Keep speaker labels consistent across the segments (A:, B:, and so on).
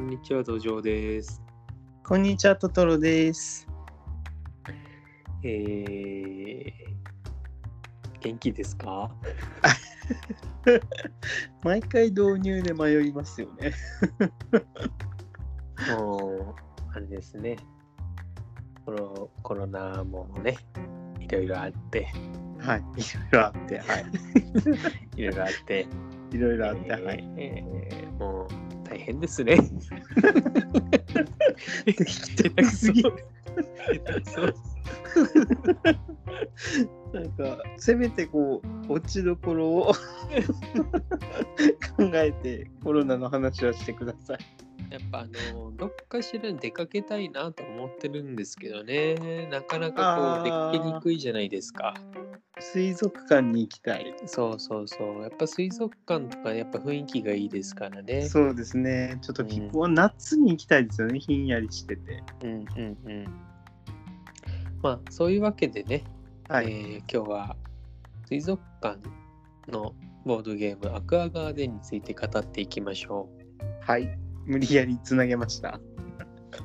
A: にちは、土壌です。
B: こんにちは、トトロです。
A: えー、元気ですか
B: 毎回導入で迷いますよね。
A: もう、あれですね。コロコロナもね、いろいろあって、
B: はい、いろいろあって、はい。
A: いろいろあって、
B: いろいろあって、はい。
A: えーもう大変ですね。
B: 適当すぎる。
A: そう
B: なんか、せめてこう、落ちどころを 考えて、コロナの話をしてください。
A: やっぱあのどっかしらに出かけたいなと思ってるんですけどねなかなかこう
B: あー
A: 出かけにくいじゃないですか
B: 水族館に行きたい。
A: そうそうそうやっぱ水族館とかやっぱ雰囲気がいいですからね
B: そうですね。ちょっと気
A: うん
B: 候、夏に行きたいですよね。ひんやりしてて。
A: うんうんうんまあそういうわけでね、
B: はい。
A: えー今日は水族館のボードゲームアクアガーデンについて語っていきましょう
B: はい。無理やりつなげました。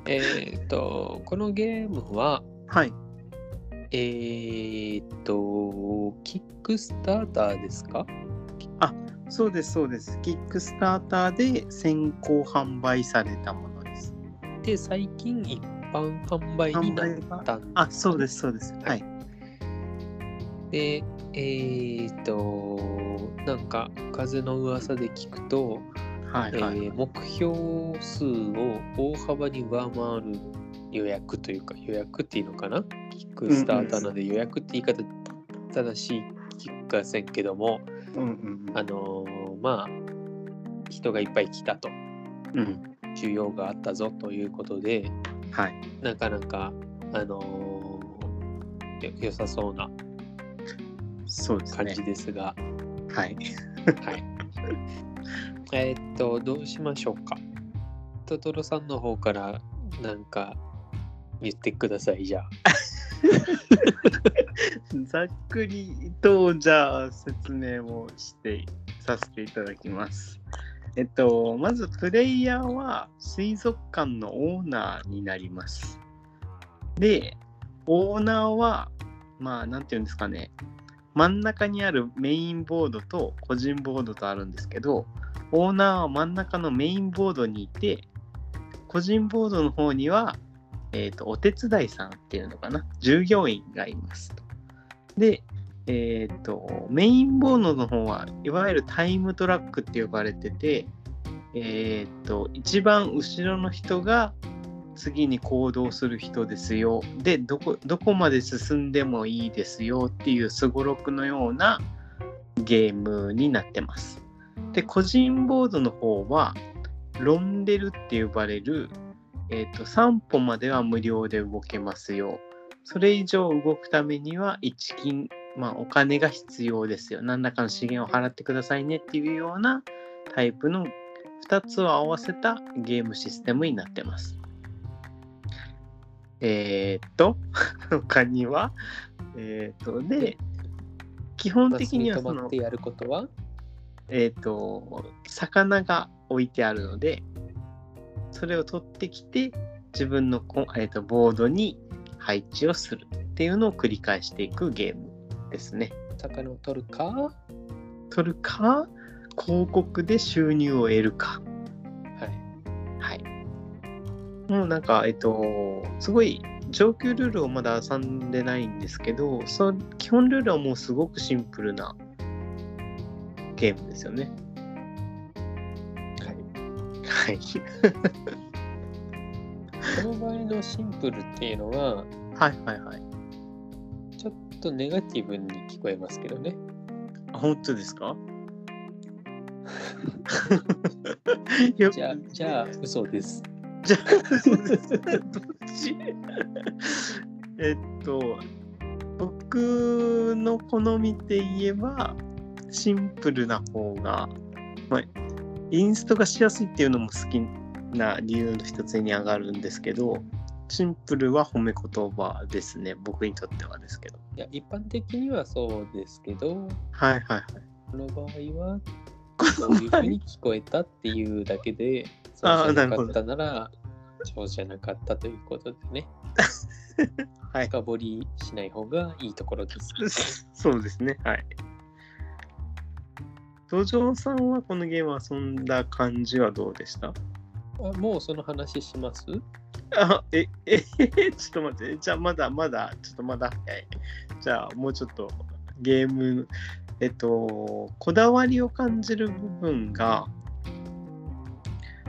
A: えーっとこのゲームは
B: はい。
A: えーっと、キックスターターですか
B: そうです、そうです。キックスターターで先行販売されたものです。
A: で、最近一般販売に
B: 販
A: なっ
B: 売が。
A: たん
B: あ、そうです、そうです。はい。
A: で、えーっと、なんか風の噂で聞くと、
B: はい、はい。
A: えー目標数を大幅に上回る予約というか、予約っていうのかなキックスターターなので予約って言い方正しい気がせんけども、
B: うんうんうん
A: あのーまあ、人がいっぱい来たと。
B: うん。
A: 需要があったぞということで
B: はい。
A: なかなかあのーよ良さそうな
B: そうです
A: 感
B: ね
A: じ。ですが
B: はい。
A: はいえーっとどうしましょうかトトロさんの方からなんか言ってくださいじゃあ
B: ざっくりと、じゃあ説明をして、させていただきます。えっと、まずプレイヤーは水族館のオーナーになります。で、オーナーは、まあ、なんていうんですかね、真ん中にあるメインボードと個人ボードとあるんですけど、オーナーは真ん中のメインボードにいて、個人ボードの方には、えっとお手伝いさんっていうのかな、従業員がいますと。で、えっとメインボードの方はいわゆるタイムトラックって呼ばれてて、えっと一番後ろの人が次に行動する人ですよでどこどこまで進んでもいいですよっていうすごろくのようなゲームになってます。で個人ボードの方はロンデルって呼ばれる、えっと3歩までは無料で動けますよそれ以上動くためには一金、まあ、お金が必要ですよ。何らかの資源を払ってくださいねっていうようなタイプの2つを合わせたゲームシステムになってます。えー、っと、 他には、えー、っと、で、基本的には
A: マス
B: そ
A: に泊ま
B: の
A: って、やることは
B: えっ、と、魚が置いてあるので、それを取ってきて、自分のこ、えー、とボードに配置をするっていうのを繰り返していくゲームですね。
A: 魚を取るか
B: 取るか、広告で収入を得るか。
A: はい
B: はい。もうなんか、えっ、と、すごい上級ルールをまだ遊んでないんですけど、そ基本ルールはもうすごくシンプルなゲームですよね。
A: はい
B: はい。
A: この場合のシンプルっていうのは
B: はいはいはい。
A: ちょっとネガティブに聞こえますけどね
B: あ本当ですかよ
A: じゃあじゃあ嘘です
B: じゃあそうです。 どっちえっと、僕の好みで言えば、シンプルな方が、まあ、インストがしやすいっていうのも好きな理由の一つに上がるんですけど、シンプルは褒め言葉ですね、僕にとってはですけど。
A: いや一般的にはそうですけど
B: はいはいはい。
A: この場合はそういうふうに聞こえたっていうだけで、そう
B: あー
A: じゃな
B: なる
A: か
B: ほ
A: っ
B: ど
A: たなら、そうじゃなかったということでね、
B: はい。
A: 深掘りしない方がいいところです。
B: そうですね。はい。土壌さんはこのゲーム遊んだ感じはどうでした
A: あもうその話します
B: あ、 え、え、ちょっと待って。じゃあまだまだ、ちょっとまだ早い。じゃあもうちょっとゲーム、えっと、こだわりを感じる部分が、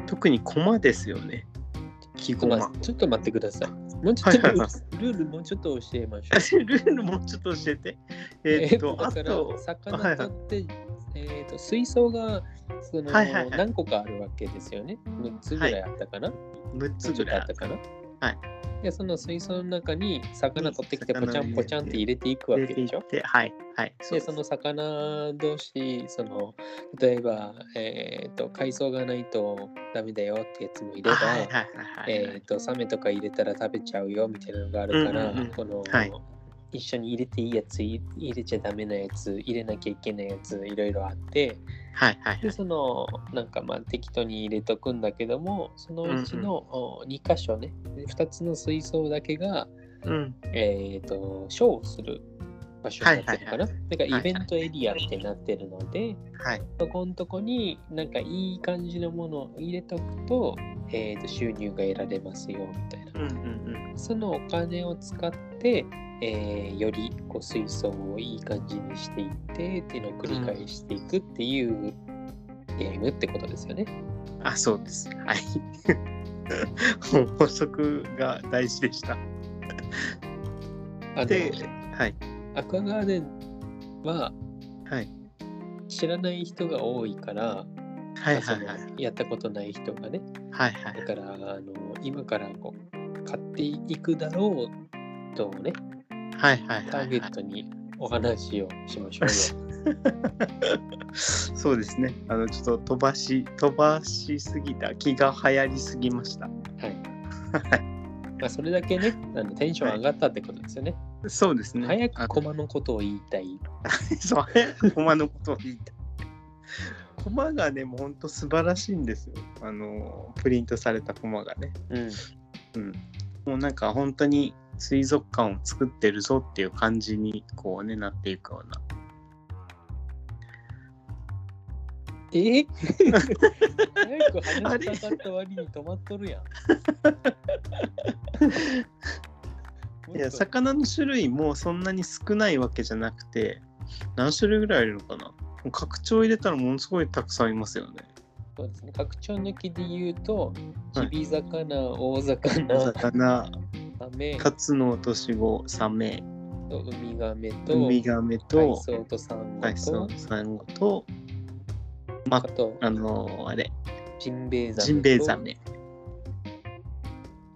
B: 特に駒ですよね。 木
A: ちょっと
B: 駒。
A: 待ってちょっと待ってください。もうちょっと、
B: はいはいは
A: ルールもうちょっと教えましょう。
B: ルールもうちょっと教えて。 えっと、あ
A: だから
B: と、
A: 魚とって、えっと水槽がその、
B: はいはいはい
A: 何個かあるわけですよね。6つぐらいあったかな、
B: 6
A: も
B: つ
A: うちょっと
B: ぐら
A: あ
B: い
A: っ
B: あ
A: た
B: る。
A: かな
B: はい。
A: で、その水槽の中に魚取ってきて、
B: う
A: ポ
B: ん
A: チャンポチャンって入れていくわけでしょ。
B: で、はい、はい。う
A: で、
B: です
A: その魚同士、その、例えば、えっ、と、海藻がないとダメだよってやつもいれば、
B: はいはいはいはいは
A: え
B: い
A: ー、とサメとか入れたら食べちゃうよみたいなのがあるから、
B: うんうんうん
A: この、
B: はい
A: 一緒に入れていいやつい入れちゃダメなやつ入れなきゃいけないやついろいろあって
B: はいはい
A: でそのなんかまあ適当に入れとくんだけどもそのうちのお2箇所ね2つの水槽だけが、
B: うん
A: えー、とショーをする場所になってるかな、
B: はいはい
A: なんかイベントエリアってなってるので、
B: はい
A: そこのとこになんかいい感じのものを入れとくと,、えー、と収入が得られますよみたいな。
B: うんうん
A: そのお金を使って、えーよりこう水槽をいい感じにしていってっていうのを繰り返していくっていうゲームってことですよね。
B: うんあそうですはい もう補足が大事でした
A: あ
B: で
A: の
B: はい
A: アクアガーデンは
B: はい
A: 知らない人が多いから、
B: はいはいはい
A: そのやったことない人がね
B: はいは
A: だ
B: い
A: からあの今からこう買っていくだろうとね
B: はいはい
A: タ
B: は
A: ーゲ
B: い
A: ットにお話をしましょうよ。
B: そうですねあのちょっと飛ばし飛ばしすぎた気が流行りすぎました
A: はい。まあそれだけね、あのテンション上がったってことですよね。
B: そうですね
A: 早く
B: あ
A: 駒のことを言いたい。
B: そう早く駒のことを言いたい駒がねもうほんと素晴らしいんですよあのプリントされた駒がね
A: うん。
B: もうなんか本当に水族館を作ってるぞっていう感じにこうねなっていくような。
A: え 早く話したかった割に止まっとるやん。
B: いや魚の種類もそんなに少ないわけじゃなくて何種類ぐらいいるのかなもう拡張入れたらものすごいたくさんいますよね。
A: そうですね。拡張抜きで言うと、
B: は
A: き
B: い
A: び魚、大魚、
B: 魚
A: サメ、
B: カツノオトシゴサメ
A: とウミガメと、
B: ウミガメ
A: 海
B: と
A: 藻とサンゴ
B: 海藻
A: と、
B: サンゴと
A: あと、
B: あのあれ
A: ジンベエザメと。
B: ジンベエザメ。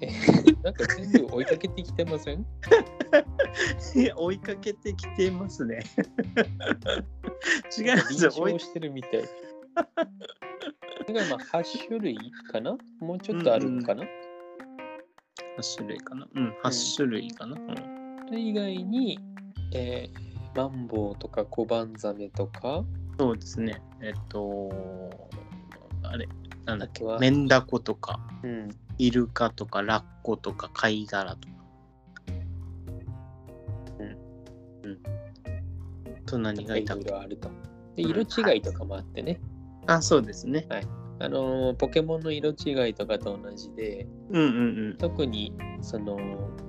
A: え。なんか全部追いかけてきてませ ん
B: 追いかけてきてますね。 違い
A: 臨
B: ますよ追い
A: 床してるみたい。だからまあ8種類かなもうちょっとあるかな、
B: 8種類かな。うん、8種類かな。うん
A: それ以外に、えーマンボウとかコバンザメとか、
B: そうですね。えっと、あれ、なんだ
A: あ
B: っけ、
A: とは、
B: メンダコとか、
A: うん、
B: イルカとか、ラッコとか、貝殻とか。うん。うん。と何がい
A: い
B: た
A: ろ
B: っ
A: い
B: け
A: ろあると。で
B: うん
A: 色違いとかもあってね、
B: あ、そうですね。
A: あのーポケモンの色違いとかと同じで、
B: うんうん
A: 特にその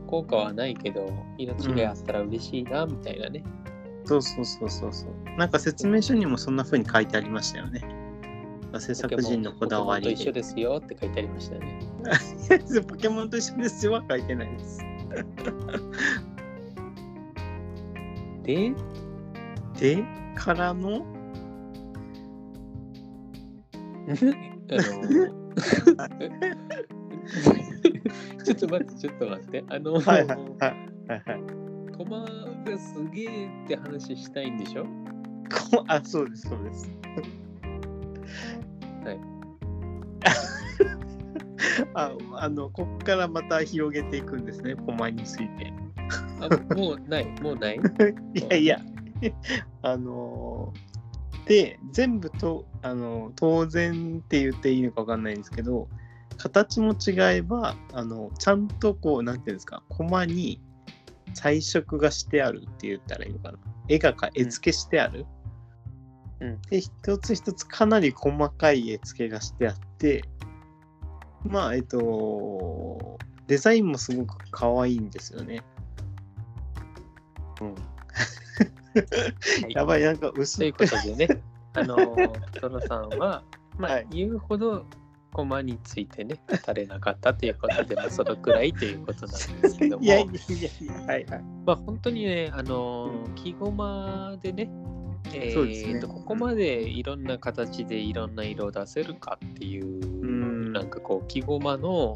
A: 効果はないけど、色違いあったら嬉しいなみたいなね。
B: うん。そうそうそうそうそう。なんか説明書にもそんな風に書いてありましたよね。制作人のこだわり
A: ポケモンと一緒
B: で。
A: ですよって書いてありましたね。
B: ポケモンと一緒ですよは書いてないです。
A: で、
B: で、からの、
A: あの ちょっと待って、ちょっと待って。あの、
B: はいはいはいはいはい。
A: 駒がすげえって話したいんでしょ
B: こあそうですそうです。
A: はい。
B: ああのこっからまた広げていくんですね駒について。
A: あもうない、もうない。
B: いやいやあので全部とあの当然って言っていいのか分かんないんですけど形も違えばあのちゃんとこうなんていうんですかコマに彩色がしてあるって言ったらいいのかな絵がか絵付けしてある、
A: うん
B: で一つ一つかなり細かい絵付けがしてあってまあえっとデザインもすごく可愛いんですよねうん
A: い
B: やばいなんか薄
A: ということで ね、あのー、トロさんは、まあ、
B: はい
A: 言うほど駒についてね、語れなかったということで、まあ、そのくらいということなんですけども、
B: いやいやいやいや、はいはい。
A: まあ、本当にね、あのー、木駒でね、え
B: そうですね
A: ーとここまでいろんな形でいろんな色を出せるかっていう、
B: ん
A: なんかこう、木駒の、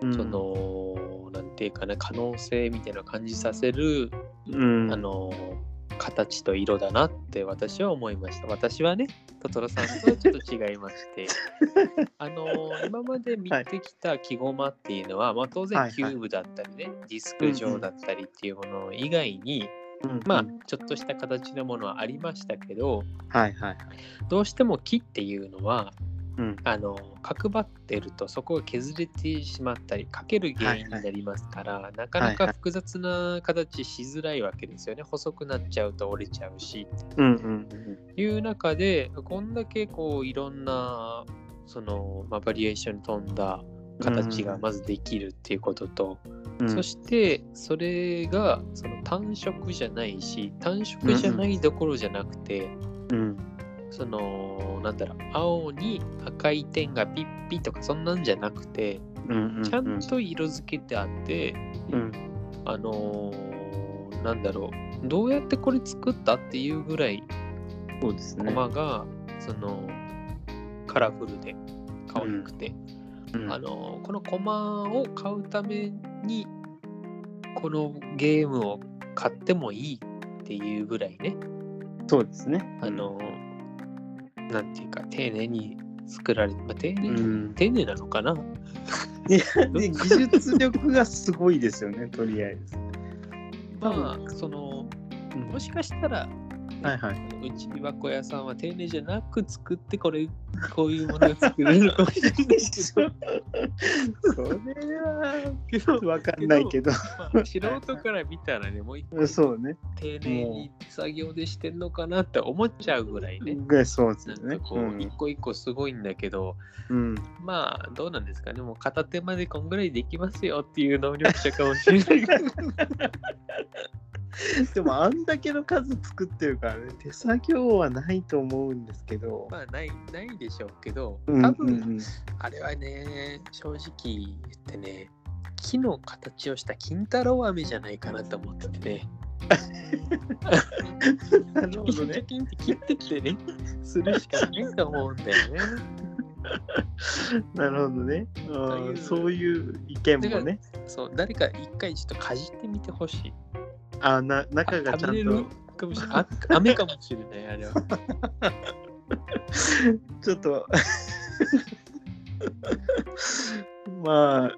B: うん
A: そ、の、なんていうかな、可能性みたいなのを感じさせる、
B: うん、
A: あの形と色だなって私は思いました。私はね、トトロさんとはちょっと違いま して、あの今まで見てきた木駒っていうのは、まあ、当
B: はい
A: 然
B: はい
A: キューブだったりね、ディスク状だったりっていうもの以外に、
B: うん、
A: まあちょっとした形のものはありましたけど、
B: あ、はいはい。
A: どうしても木っていうのは
B: うん、
A: あの角張ってるとそこが削れてしまったりかける原因になりますから、なかな
B: はい
A: か
B: はい
A: 複雑な形しづらいわけですよね、細くなっちゃうと折れちゃうし
B: うん、うん、
A: という中でこんだけこういろんなその、まあ、バリエーションに富んだ形がまずできるっていうことと、
B: うん。
A: そしてそれがその単色じゃないし単色じゃないどころじゃなくて、
B: て、うん、
A: そのなんだろう青に赤い点がピッピとかそんなんじゃなくて
B: うん、う
A: ちゃん、と色付けてあって、
B: うん、
A: あのーなんだろうどうやってこれ作ったっていうぐらい
B: そうですね。
A: 駒が、そのカラフルで可愛くて、
B: うん
A: あのーこの駒を買うためにこのゲームを買ってもいいっていうぐらいね
B: そうですね。
A: あ、の、なんていうか、丁寧に作られて、まあ、丁
B: う
A: 寧、
B: ん、
A: 丁寧なのかな。
B: いや、で、技術力がすごいですよね、とりあえず。
A: まあ、その、もしかしたら、
B: はいはい。
A: うちび箱屋さんは丁寧じゃなく作って、これ、こういうものが作れるかもしれないけ
B: そ
A: ど
B: れは、
A: けど、
B: わかんないけど。
A: まあ、素人から見たらね、もう一回
B: そうね。
A: 丁寧に作業でしてんのかなって思っちゃうぐらいね。
B: ぐらいそうです
A: な
B: よ
A: んか
B: ね。
A: こ
B: う
A: う、
B: ん
A: 一個一個すごいんだけど、
B: うん。
A: まあ、どうなんですかね、もう片手までこんぐらいできますよっていう能力者かもしれない けど。
B: でもあんだけの数作ってるからね手作業はないと思うんですけど、
A: まあないないでしょうけど
B: うん
A: 多分、
B: うんうん
A: あれはね正直言ってね木の形をした金太郎飴じゃないかなと思っててね。
B: なるほど ね
A: キンって切ってって ね、するしかないと思うんだよね。
B: なるほどねあ
A: という
B: ーそういう意見もね
A: そう、誰か一回ちょっとかじってみてほしい。
B: あな中がちゃ
A: 食べ
B: ん
A: れる
B: と
A: かもしれない。あ飴かもしれない、あれは。
B: ちょっと まあ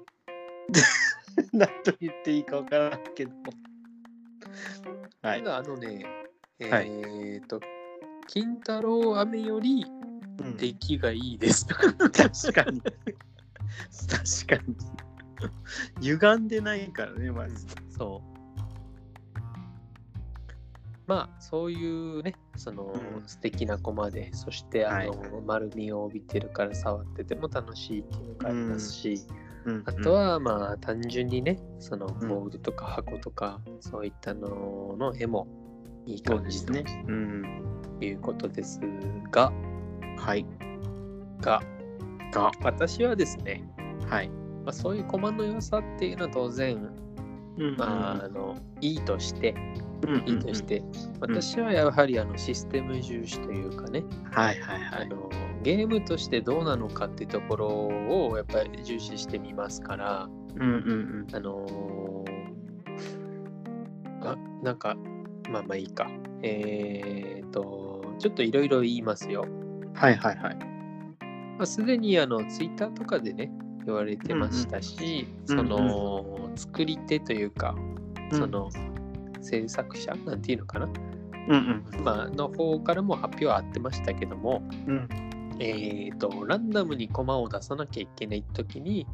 B: 何と言っていいかわからんけどは
A: た
B: い、
A: だ、あのね、え
B: はい
A: ー、っと、金太郎飴より
B: うん
A: 出来がいいですとか。
B: 確かに確かに歪んでないからねまず
A: そう。まあそういうねその、
B: うん
A: 素敵な駒でそしてあの、
B: はい
A: 丸みを帯びてるから触ってても楽しいっていうのがありますし、
B: うん
A: あとはまあ単純にねその
B: ん
A: ボールとか箱とか、そういったのの絵もいい
B: そう
A: 感
B: で
A: じ
B: す
A: と
B: ねうん
A: いうことですが
B: はい
A: が
B: が
A: 私はですね、
B: はい
A: まあ、そういう駒の良さっていうのは当然、
B: うん
A: まあ、あのいいとして
B: うんうん
A: いいとして、私はやはりあのシステム重視というかね、
B: はいはいは
A: あ
B: い
A: のゲームとしてどうなのかってところをやっぱり重視してみますから、
B: うんうん
A: あのーあなんかまあまあいいかえー、とちょっといろいろ言いますよ、
B: うんはいはいはい
A: まあ、すでにあのツイッターとかでね言われてましたし、
B: うんうん
A: その、作り手というかその、制作者なんていうのかな
B: うん
A: まあ、の方からも発表はあってましたけども、
B: うん。うん。
A: えー、とランダムに駒を出さなきゃいけない時に、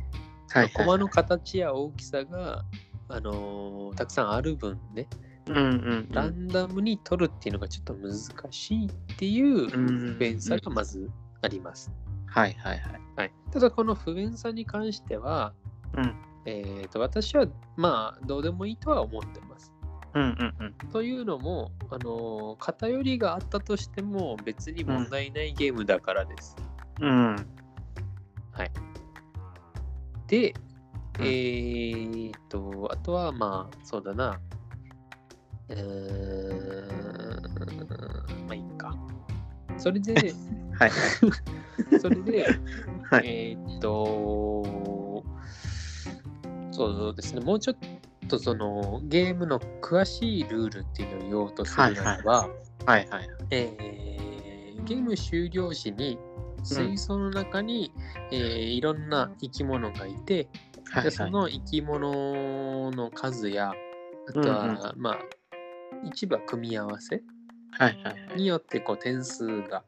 B: はい、はい。
A: 駒の形や大きさが、あのーたくさんある分ね
B: うんうんう
A: ラ
B: ん。
A: ンダムに取るっていうのがちょっと難しいっていう不便さがまずあります。
B: はいはいはい。
A: はい、ただこの不便さに関しては、
B: うん
A: えー、と私はまあどうでもいいとは思ってます。
B: うんうんうん。
A: というのも、あのー偏りがあったとしても別に問題ないゲームだからです。
B: うん。
A: で、
B: う
A: え
B: ん
A: ー、っと、あとはまあ、そうだな。うーん、まあいいか。それで、
B: はい
A: それで、
B: はい。はい。
A: えーっと、そうですね、もうちょっとそのゲームの詳しいルールっていうのを言おうとするならば、
B: はいはい。
A: えーゲーム終了時に水槽の中に、えーいろんな生き物がいて、
B: はい
A: で
B: は
A: そ
B: い。
A: の生き物の数やあとは、まあ一部は組み合わせ
B: はいはい。
A: によってこう点数が、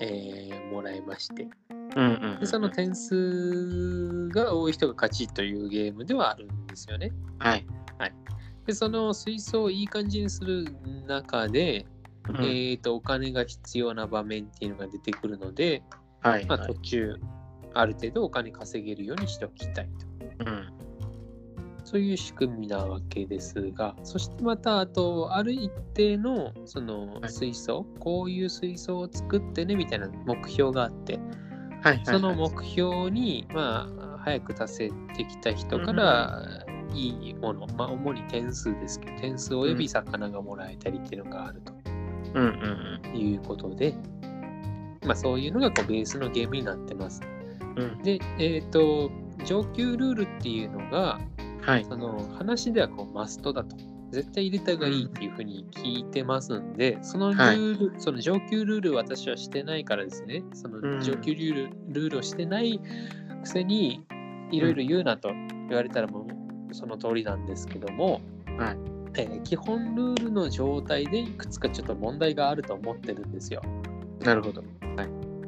A: えーもらえまして
B: うんうんうん。
A: でその点数が多い人が勝ちというゲームではあるんですよね。
B: はい。
A: でその水槽をいい感じにする中で、
B: うん
A: えー、とお金が必要な場面っていうのが出てくるので、
B: はい
A: ま
B: は
A: あ、途
B: い。
A: 中ある程度お金稼げるようにしておきたいと。
B: うん。
A: そういう仕組みなわけですが、そしてまた、あと、ある一定のその
B: はい
A: 水槽、こういう水槽を作ってねみたいな目標があって、
B: はいはい。
A: その目標に、まあ、早く達成できた人から、いいもの、まあ、主に点数ですけど、点数および魚がもらえたりっていうのがあると
B: うんうんうん。
A: いうことで、まあ、そういうのがこうベースのゲームになってます。
B: うん。
A: で、えっ、と、上級ルールっていうのが、
B: はい。
A: その話ではこうマストだと絶対入れた方がいいっていうふうに聞いてますんで、そのルール、その上級ルール私はしてないからですねそ
B: うん
A: の上級ルール,、ルールをしてないくせにいろいろ言うなと言われたらもうその通りなんですけども、
B: はい
A: えー基本ルールの状態でいくつかちょっと問題があると思ってるんですよ。
B: なるほど。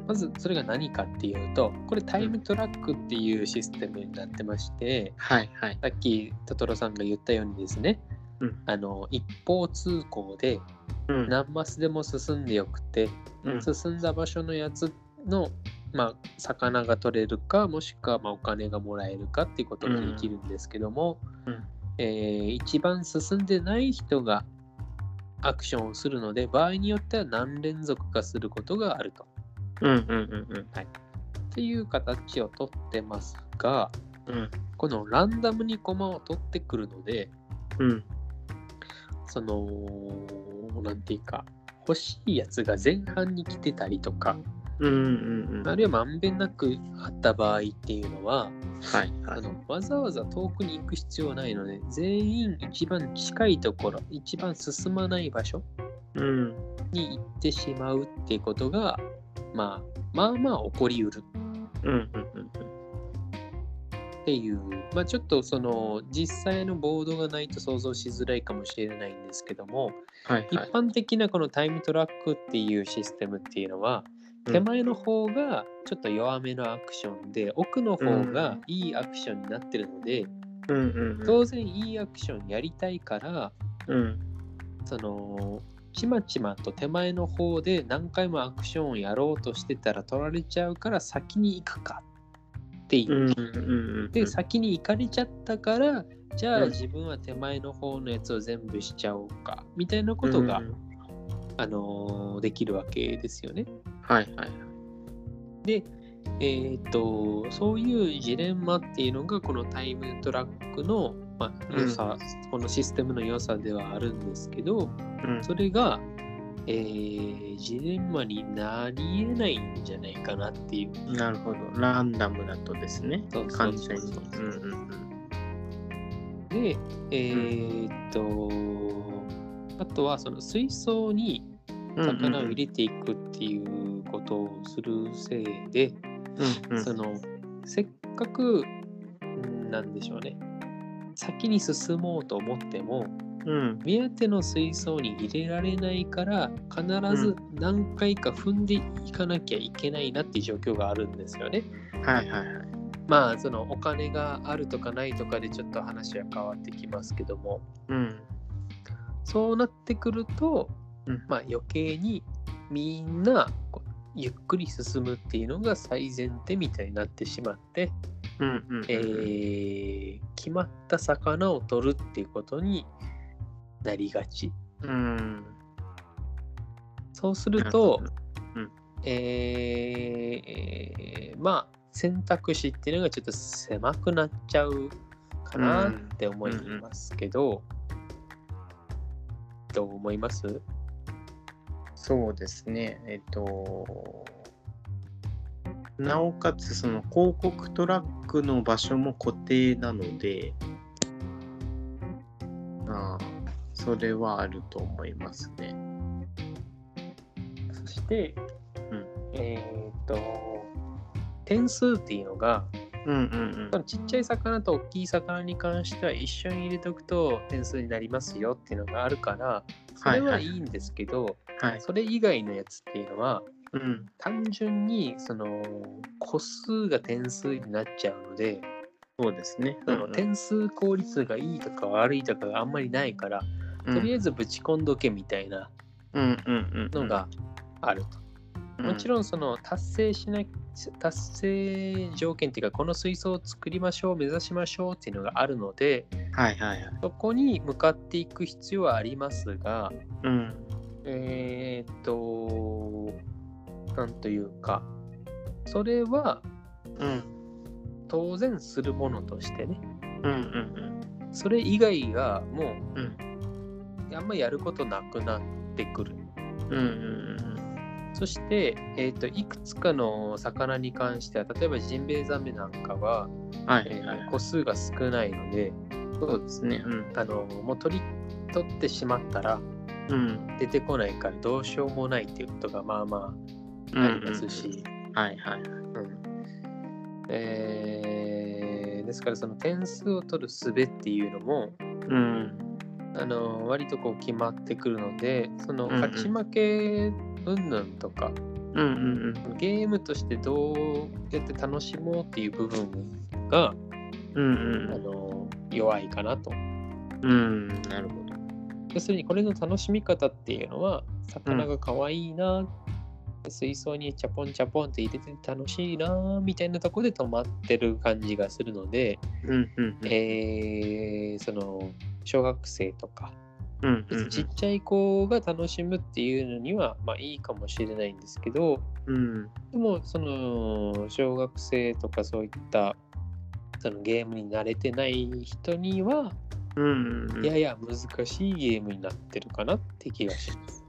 A: まずそれが何かっていうとこれタイムトラックっていうシステムになってまして、
B: はいはい。
A: さっきトトロさんが言ったようにですね、
B: うん
A: あの一方通行で
B: うん。
A: 何マスでも進んでよくて、
B: うん
A: 進んだ場所のやつの、まあ、魚が取れるかもしくはまあお金がもらえるかっていうことができるんですけども、
B: うんうん
A: えー一番進んでない人がアクションをするので場合によっては何連続かすることがあると。
B: うんうんうん
A: っていう形をとってますが
B: うん。
A: このランダムに駒を取ってくるので、
B: うん。うん。
A: そのなんていうか欲しいやつが前半に来てたりとか
B: うんうんうん。
A: あ
B: はい
A: るいはまんべんなくあった場合っていうのは
B: は
A: あ
B: い。
A: のわざわざ遠くに行く必要はないので全員一番近いところ一番進まない場所
B: うん。
A: に行ってしまうっていうことが、まあ、まあまあ起こりうる
B: うんうんうん
A: っていう、まあ、ちょっとその実際のボードがないと想像しづらいかもしれないんですけども
B: はい
A: 一
B: はい。
A: 般的なこのタイムトラックっていうシステムっていうのは、
B: うん
A: 手前の方がちょっと弱めのアクションで奥の方がいいアクションになってるので、
B: うんうんうん。
A: 当然いいアクションやりたいから
B: うん。
A: そのちまちまと手前の方で何回もアクションをやろうとしてたら取られちゃうから先に行くかって
B: う
A: 言っ
B: んうんうんうん。
A: て、先に行かれちゃったからじゃあ
B: うん
A: 自分は手前の方のやつを全部しちゃおうかみたいなことが、
B: うん
A: あのーできるわけですよね。
B: はいはい。
A: で、えーっとそういうジレンマっていうのがこのタイムトラックの、まあ、
B: うん
A: 良さ、このシステムの良さではあるんですけど
B: うん。
A: それが、えージレンマになり得ないんじゃないかなっていう
B: なるほど。ランダムだとですね。
A: そうそう
B: 完全に。
A: そう
B: うんうん
A: でえーっと、あとはその水槽に
B: うん。
A: 魚を入れていくっていうことをするせいで、
B: うんうん。
A: そのせっかくうんなんでしょうね先に進もうと思っても
B: うん。
A: 目当ての水槽に入れられないから必ず何回か踏んでいかなきゃいけないなっていう状況があるんですよね。
B: はいはいはい。
A: まあそのお金があるとかないとかでちょっと話は変わってきますけども
B: うん。
A: そうなってくると、
B: うん
A: まあ余計にみんなこうゆっくり進むっていうのが最前提みたいになってしまって、
B: うんうんうん。
A: えー決まった魚を取るっていうことになりがち。
B: うん。
A: そうすると、
B: うん
A: えーまあ選択肢っていうのがちょっと狭くなっちゃうかなって思いますけど、どう思います
B: そうですね。えっと、なおかつその広告トラックの場所も固定なので、ああ、それはあると思いますね。
A: そして、
B: うん
A: えーっと点数っていうのが
B: うんうん
A: そのちっちゃい魚と大きい魚に関しては一緒に入れとくと点数になりますよっていうのがあるからそれはいいんですけど、
B: うん。はい。
A: それ以外のやつっていうのは
B: うん。
A: 単純にその個数が点数になっちゃうので、
B: そうですね。
A: その点数効率がいいとか悪いとかがあんまりないから、とりあえ
B: ず
A: ずぶち込んどけみたいなのがあると、もちろんその達成しない達成条件っていうかこの水槽を作りましょう目指しましょうっていうのがあるので
B: ん。はいはいはい。
A: そこに向かっていく必要はありますが
B: うん。
A: えーっとなんというかそれは
B: うん。
A: 当然するものとしてね
B: うんうん
A: それ以外がも
B: う
A: うあんまやることなくなってくる
B: うん。うんうん
A: そして、えー、といくつかの魚に関しては例えばジンベエザメなんかは、
B: うん。は
A: え
B: い
A: ー
B: はい。
A: 個数が少ないので
B: そうですね。うん。
A: あのもう取り取ってしまったら
B: うん。
A: 出てこないからどうしようもないっていうことがまあま
B: うん
A: あありますし、
B: はいはい。
A: うんえーですからその点数を取る術っていうのも
B: うん。
A: あの割とこう決まってくるのでその
B: うんうん
A: 勝ち負け云々とか、
B: うんうん
A: ゲームとしてどうやって楽しもうっていう部分が、
B: うん。うん
A: あの弱いかなと
B: うん。うん。なるほど。
A: 要するにこれの楽しみ方っていうのは魚が可愛いな、水槽にチャポンチャポンって入れて楽しいなみたいなとこで止まってる感じがするので、
B: うんうん。
A: えーその小学生とか
B: うんうん。
A: ちっちゃい子が楽しむっていうのには、まあ、いいかもしれないんですけど
B: うん。
A: でもその小学生とかそういったそのゲームに慣れてない人には
B: うんうん。
A: やや難しいゲームになってるかなって気がします。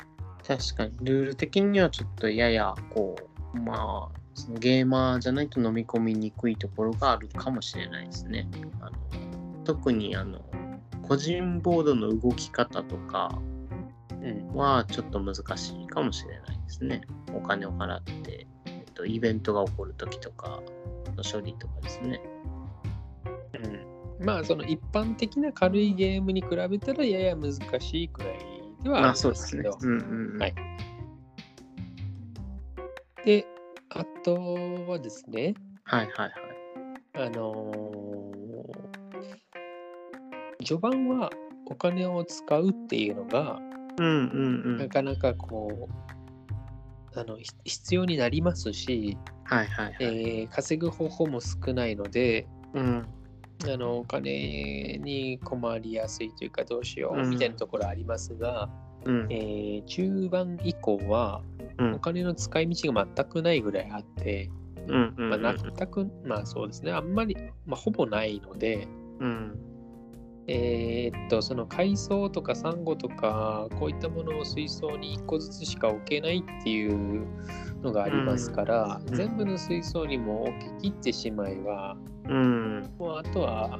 B: 確かに、ルール的にはちょっとやや、こう、まあ、そのゲーマーじゃないと飲み込みにくいところがあるかもしれないですね。あの特に、あの、個人ボードの動き方とか
A: うん
B: はちょっと難しいかもしれないですね。お金を払って、えっと、イベントが起こるときとかの処理とかですね。
A: うん、まあその一般的な軽いゲームに比べたらやや難しいくらいではあ
B: ま
A: る
B: あ、
A: ん
B: そう
A: で
B: ですす
A: け
B: ね
A: ど。。
B: うんうんうん。
A: はいであとはですね
B: はいはいはい。
A: あのー序盤はお金を使うっていうのが
B: うんうんう。
A: なんかなかこうあのひ必要になりますし、
B: はいはいはい。
A: えー稼ぐ方法も少ないので
B: うん
A: あのお金に困りやすいというかどうしよう
B: うん
A: みたいなところありますが、
B: うん
A: えー中盤以降は
B: うん
A: お金の使い道が全くないぐらいあって、
B: うんうん
A: まあ、全くまあそうですねあんまり、まあ、ほぼないので。
B: うん
A: えーっとその海藻とかサンゴとかこういったものを水槽に1個ずつしか置けないっていうのがありますから、
B: うん
A: 全部の水槽にも置き切ってしまえば
B: うん
A: もうあとは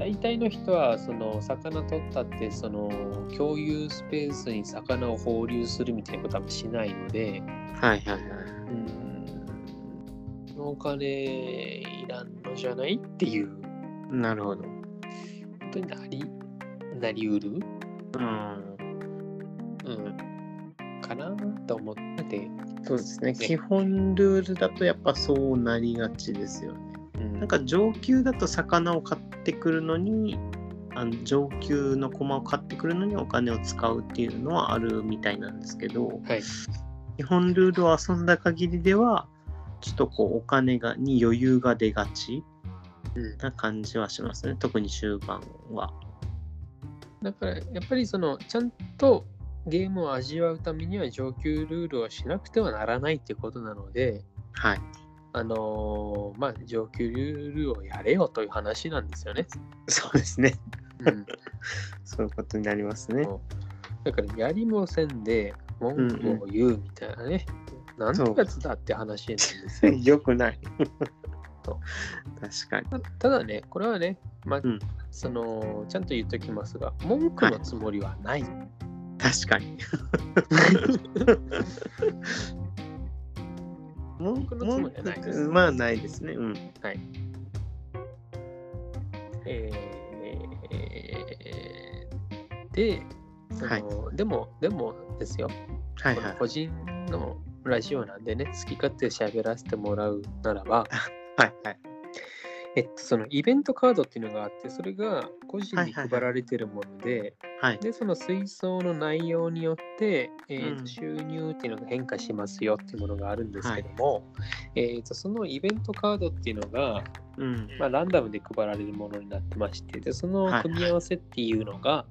A: 大体の人はその魚取ったってその共有スペースに魚を放流するみたいなことはしないので
B: はいはいはい。
A: うんお金いらんのじゃないっていう
B: なるほど。
A: ことになりなりうる、
B: うん。
A: うん、かなと思って、
B: そうですね。基本ルールだとやっぱそうなりがちですよね。
A: うん、
B: なんか上級だと魚を買ってくるのにあの上級の駒を買ってくるのにお金を使うっていうのはあるみたいなんですけど
A: はい、
B: 基本ルールを遊んだ限りではちょっとこうお金がに余裕が出がち
A: うん
B: な感じはしますね特に終盤は。
A: だからやっぱりそのちゃんとゲームを味わうためには上級ルールをしなくてはならないってことなので
B: はい、
A: あのーまあ上級ルールをやれよという話なんですよね。
B: そうですね。
A: うん、
B: そういうことになりますね。
A: だからやりもせんで文句を言うみたいなね、なんてやつだって話なんです よ。
B: よくない。
A: そう
B: 確かに。
A: ただねこれはね、まあ
B: うん
A: そのちゃんと言っときますが文句のつもりはない。
B: 確 かに。文
A: 句のつもりはないです
B: 文句まあないですね。うん。
A: えーでその、でもでもですよ、
B: はい
A: こ
B: は
A: の
B: い。
A: 個人のラジオなんでね好き勝手喋らせてもらうならば、
B: はいはい。
A: えっと、そのイベントカードっていうのがあってそれが個人
B: はい
A: に
B: はいは
A: 配
B: い
A: られてるもので、
B: はい。
A: でその水槽の内容によって、えーと
B: うん
A: 収入っていうのが変化しますよっていうものがあるんですけども、えー、とそのイベントカードっていうのが、
B: うん。
A: まあ、ランダムで配られるものになってましてでその組み合わせっていうのが、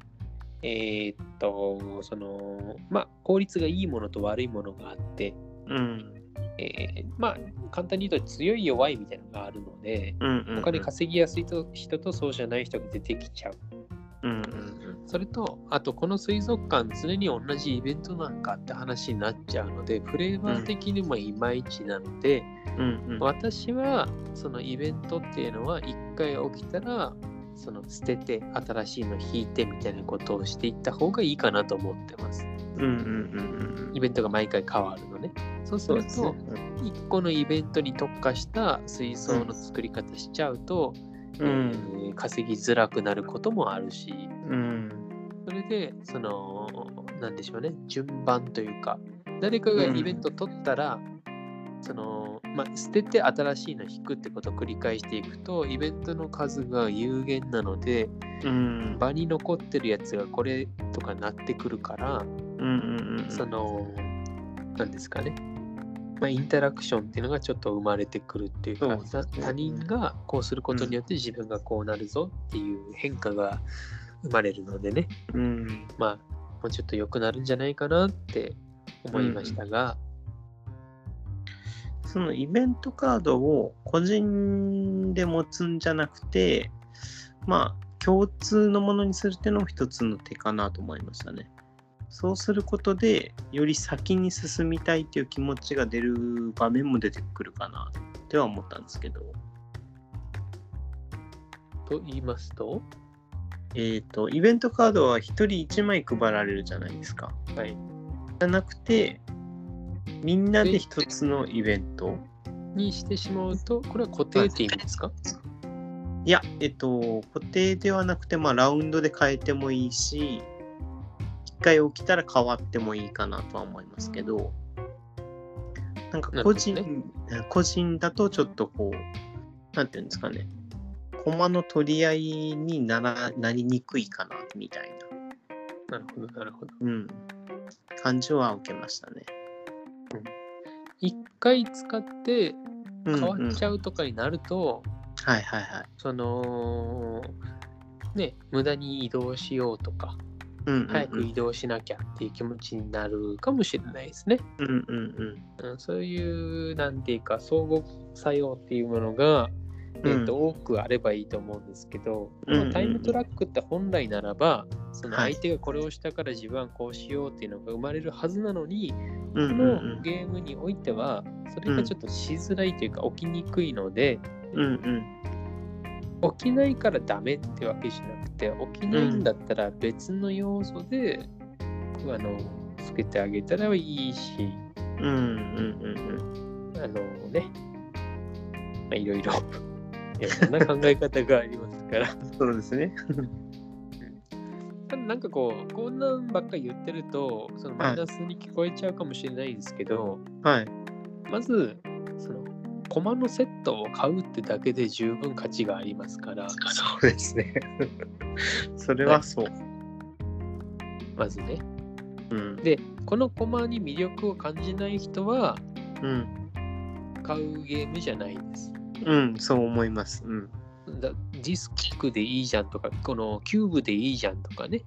A: えーっとそのまあ効率がいいものと悪いものがあって、
B: うん。
A: えーまあ簡単に言うと強い弱いみたいなのがあるので
B: うん。うん
A: お金稼ぎやすいと人とそうじゃない人が出てきちゃう
B: うんうん
A: それとあとこの水族館常に同じイベントなんかって話になっちゃうのでフレーバー的にもいまいちなので、
B: うん。うん。
A: 私はそのイベントっていうのは一回起きたらその捨てて新しいの引いてみたいなことをしていった方がいいかなと思ってます
B: うん。うん。うん。
A: イベントが毎回変わるのねそうす
B: そう
A: る
B: ですね
A: と。一個のイベントに特化した水槽の作り方しちゃうと、
B: うん。
A: えー稼ぎづらくなることもあるし
B: うん。
A: それでそのなんでしょうね順番というか誰かがイベント取ったら、そのまあ、捨てて新しいの引くってことを繰り返していくとイベントの数が有限なので
B: うん。
A: 場に残ってるやつがこれとかなってくるから
B: うん。うん。うん。
A: そのなんですかね、まあ、インタラクションっていうのがちょっと生まれてくるっていうか
B: そうですね
A: 他他人がこうすることによって自分がこうなるぞっていう変化が生まれるのでね
B: うん。
A: まあ、もうちょっと良くなるんじゃないかなって思いましたが、
B: そのイベントカードを個人で持つんじゃなくて、まあ、共通のものにするっていうのも一つの手かなと思いましたね。そうすることで、より先に進みたいという気持ちが出る場面も出てくるかなっては思ったんですけど、
A: と言いますと、
B: えっ、と、イベントカードは1人1枚配られるじゃないですか。
A: はい、
B: じゃなくて、みんなで一つのイベント。
A: にしてしまうと、これは固定って意味ですか、
B: いや、えっと、固定ではなくて、まあ、ラウンドで変えてもいいし、一回起きたら変わってもいいかなとは思いますけど、なんか個人、
A: なる
B: 個人だとちょっとこう、なんていうんですかね、駒の取り合いにならなりにくいかな、みたいな、
A: なるほど、なるほど。
B: うん、感じは受けましたね。
A: 一回使って
B: うん
A: 変わっち
B: うん。
A: ゃうとかになると、
B: はいはいはい。
A: その、ね、無駄に移動しようとか、
B: うんうんうん、
A: 早く移動しなきゃっていう気持ちになるかもしれないですね。
B: うんうんうん。
A: うん、そういう、なんていうか、相互作用っていうものが、えーと多くあればいいと思うんですけど、
B: うんうんうん
A: まあタイムトラックって本来ならばその
B: はい
A: 相手がこれをしたから自分はこうしようっていうのが生まれるはずなのに、
B: うんう
A: こ
B: ん
A: のゲームにおいてはそれがちょっとしづらいというか起きにくいので、
B: うんうんうん
A: 起きないからダメってわけじゃなくて起きないんだったら別の要素で、あのつけてあげたらいいし
B: うんうんうんうん。
A: あのねまあいろいろいろんな考え方がありますから。
B: そうですね。
A: ただなんかこう、こんなんばっかり言ってると、そのマイナスに聞こえちゃうかもしれないんですけど、
B: はい。
A: まず、その、駒のセットを買うってだけで十分価値がありますから、
B: そうですね。 それはそう。
A: まずね。
B: うん。
A: で、この駒に魅力を感じない人は、
B: うん。
A: 買うゲームじゃないんです。
B: うん、そう思います。うん。
A: だディスクでいいじゃんとか、このキューブでいいじゃんとかね、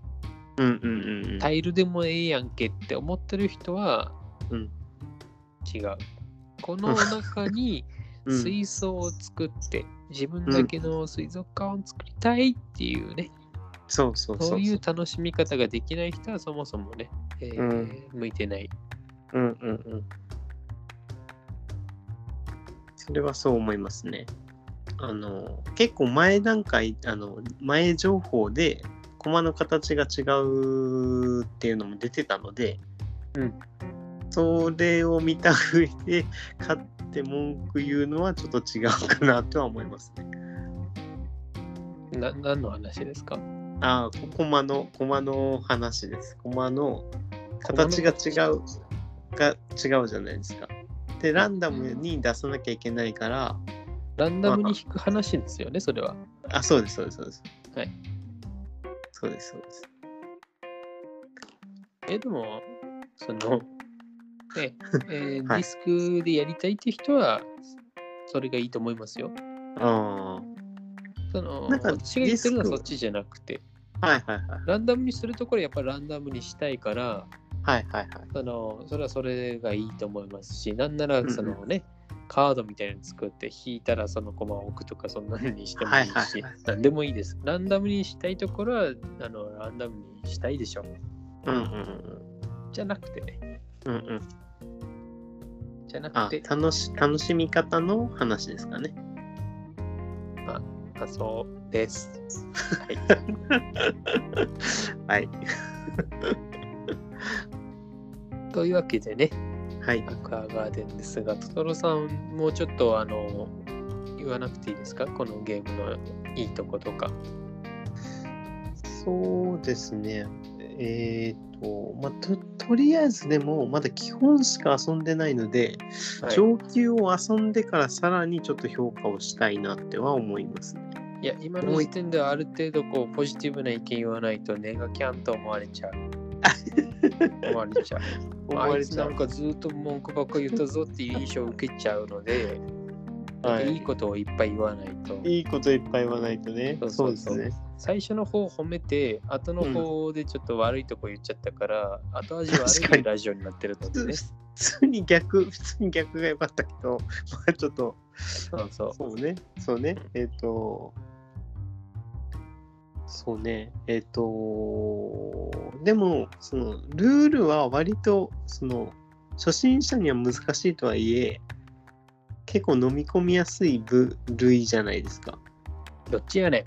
B: うんうんうんうん。
A: タイルでもええやんけって思ってる人は、
B: うん
A: 違う。この中に
B: うん
A: 水槽を作って、自分だけの水族館を作りたいっていうね、
B: そうそうそう。
A: そういう楽しみ方ができない人はそもそもね、えー
B: うん
A: 向いてない。
B: うんうんうん。それはそう思いますね。あの結構前段階あの前情報で駒の形が違うっていうのも出てたので、
A: うん、
B: それを見た上で買って文句言うのはちょっと違うかなとは思いますね。
A: な何の話ですか
B: ああ駒の駒の話です。駒の形が違うが違うじゃないですか。でランダムに出さなきゃいけないから
A: ランダムに引く話ですよね、それは。
B: あそうですそうですそうです。
A: はい。
B: そうですそうです。
A: え、でも、その、ねえー
B: は
A: ディ
B: い
A: スクでやりたいって人は、それがいいと思いますよ。
B: あ
A: その、
B: なんか
A: 私が言ってるのは
B: ディス
A: そ
B: ク
A: っちじゃなくて、
B: あはいはいはい
A: ランダムにするところはやっぱりランダムにしたいから、
B: はいはいはい。
A: その、それはそれがいいと思いますし、なんな
B: うん
A: ら
B: うん
A: そのね、カードみたいなの作って引いたらその駒を置くとかそんなのにしてもいい
B: はいはい
A: し
B: はい、
A: なんでもいいです。ランダムにしたいところは、あの、ランダムにしたいでしょ。
B: うんうん
A: じゃなくてね、
B: うんうんうん。
A: じゃな
B: あ
A: くて、
B: 楽し楽しみ方の話ですかね。
A: あそうです。はい。
B: はい
A: というわけでね、
B: はい。
A: アクアガーデンですが、トトロさん、もうちょっとあの言わなくていいですかこのゲームのいいとことか。
B: そうですね。えっ、と、まあ、と、とりあえずでも、まだ基本しか遊んでないので、
A: はい
B: 上級を遊んでからさらにちょっと評価をしたいなっては思いますね。
A: いや、今の時点ではある程度こうポジティブな意見言わないとネガキャンと思われちゃう。思われちゃう。
B: 思
A: あ
B: わ
A: い
B: れ
A: つ
B: ちゃ
A: な。
B: うん
A: かずっと文句ばっか言ったぞっていう印象を受けちゃうので、、
B: はい
A: い
B: い。
A: ことをいっぱい言わないと。
B: いいこといっぱい言わないとね。そうですね。。
A: 最初の方褒めて、後の方でちょっと悪いとこ言っちゃったから、後味
B: 確
A: 悪
B: か
A: い
B: に
A: ラジオになってるの
B: 普
A: で
B: 通
A: ね。
B: 普通に逆、普通に逆が良かったけど、 まあちょっと、
A: そうそう。
B: そうね、そうね、えっ、と、そうね、えっ、と、でも、その、ルールは割と、その、初心者には難しいとはいえ、結構飲み込みやすい部類じゃないですか。
A: どっちやねん。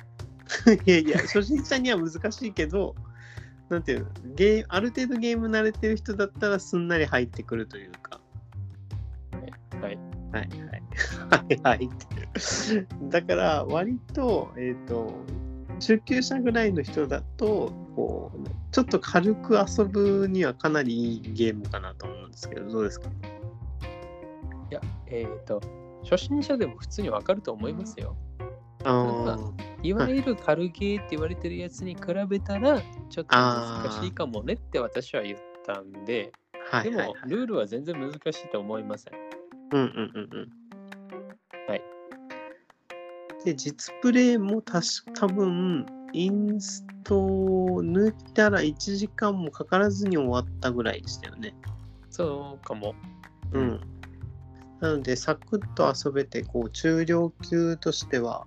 B: いやいや、初心者には難しいけど、なんていうのゲーある程度ゲーム慣れてる人だったらすんなり入ってくるというか。
A: はい。
B: はい はい。はいはいって。だから割と、えっ、と、中級者ぐらいの人だと、こう、ちょっと軽く遊ぶにはかなりいいゲームかなと思うんですけど、どうですか
A: いや、えっ、と、初心者でも普通にわかると思いますよ。
B: あ
A: いわゆる軽ゲーって言われてるやつに比べたら、ちょっと難しいかもねって私は言ったんで、
B: あ、は
A: で
B: いはい
A: も。、ルールは全然難しいと思いません。
B: うんうんうんうん。
A: はい。
B: で、実プレイもたし多分、インストを抜いたら1時間もかからずに終わったぐらいでしたよね。
A: そうかも。
B: うん。なので、サクッと遊べて、こう、中量級としては、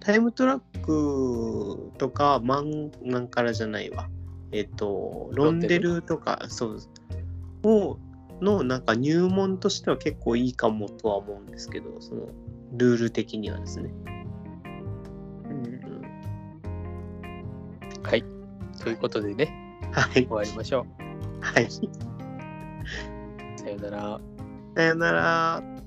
B: タイムトラックとか、マン、マンからじゃないわ。えっと、ロンデルとか、そう、を、の、なんか入門としては結構いいかもとは思うんですけど、その、ルール的にはですね。うん
A: はい。ということでね、
B: はい
A: 終。わりましょ
B: はい。
A: う。さよなら。
B: さよなら。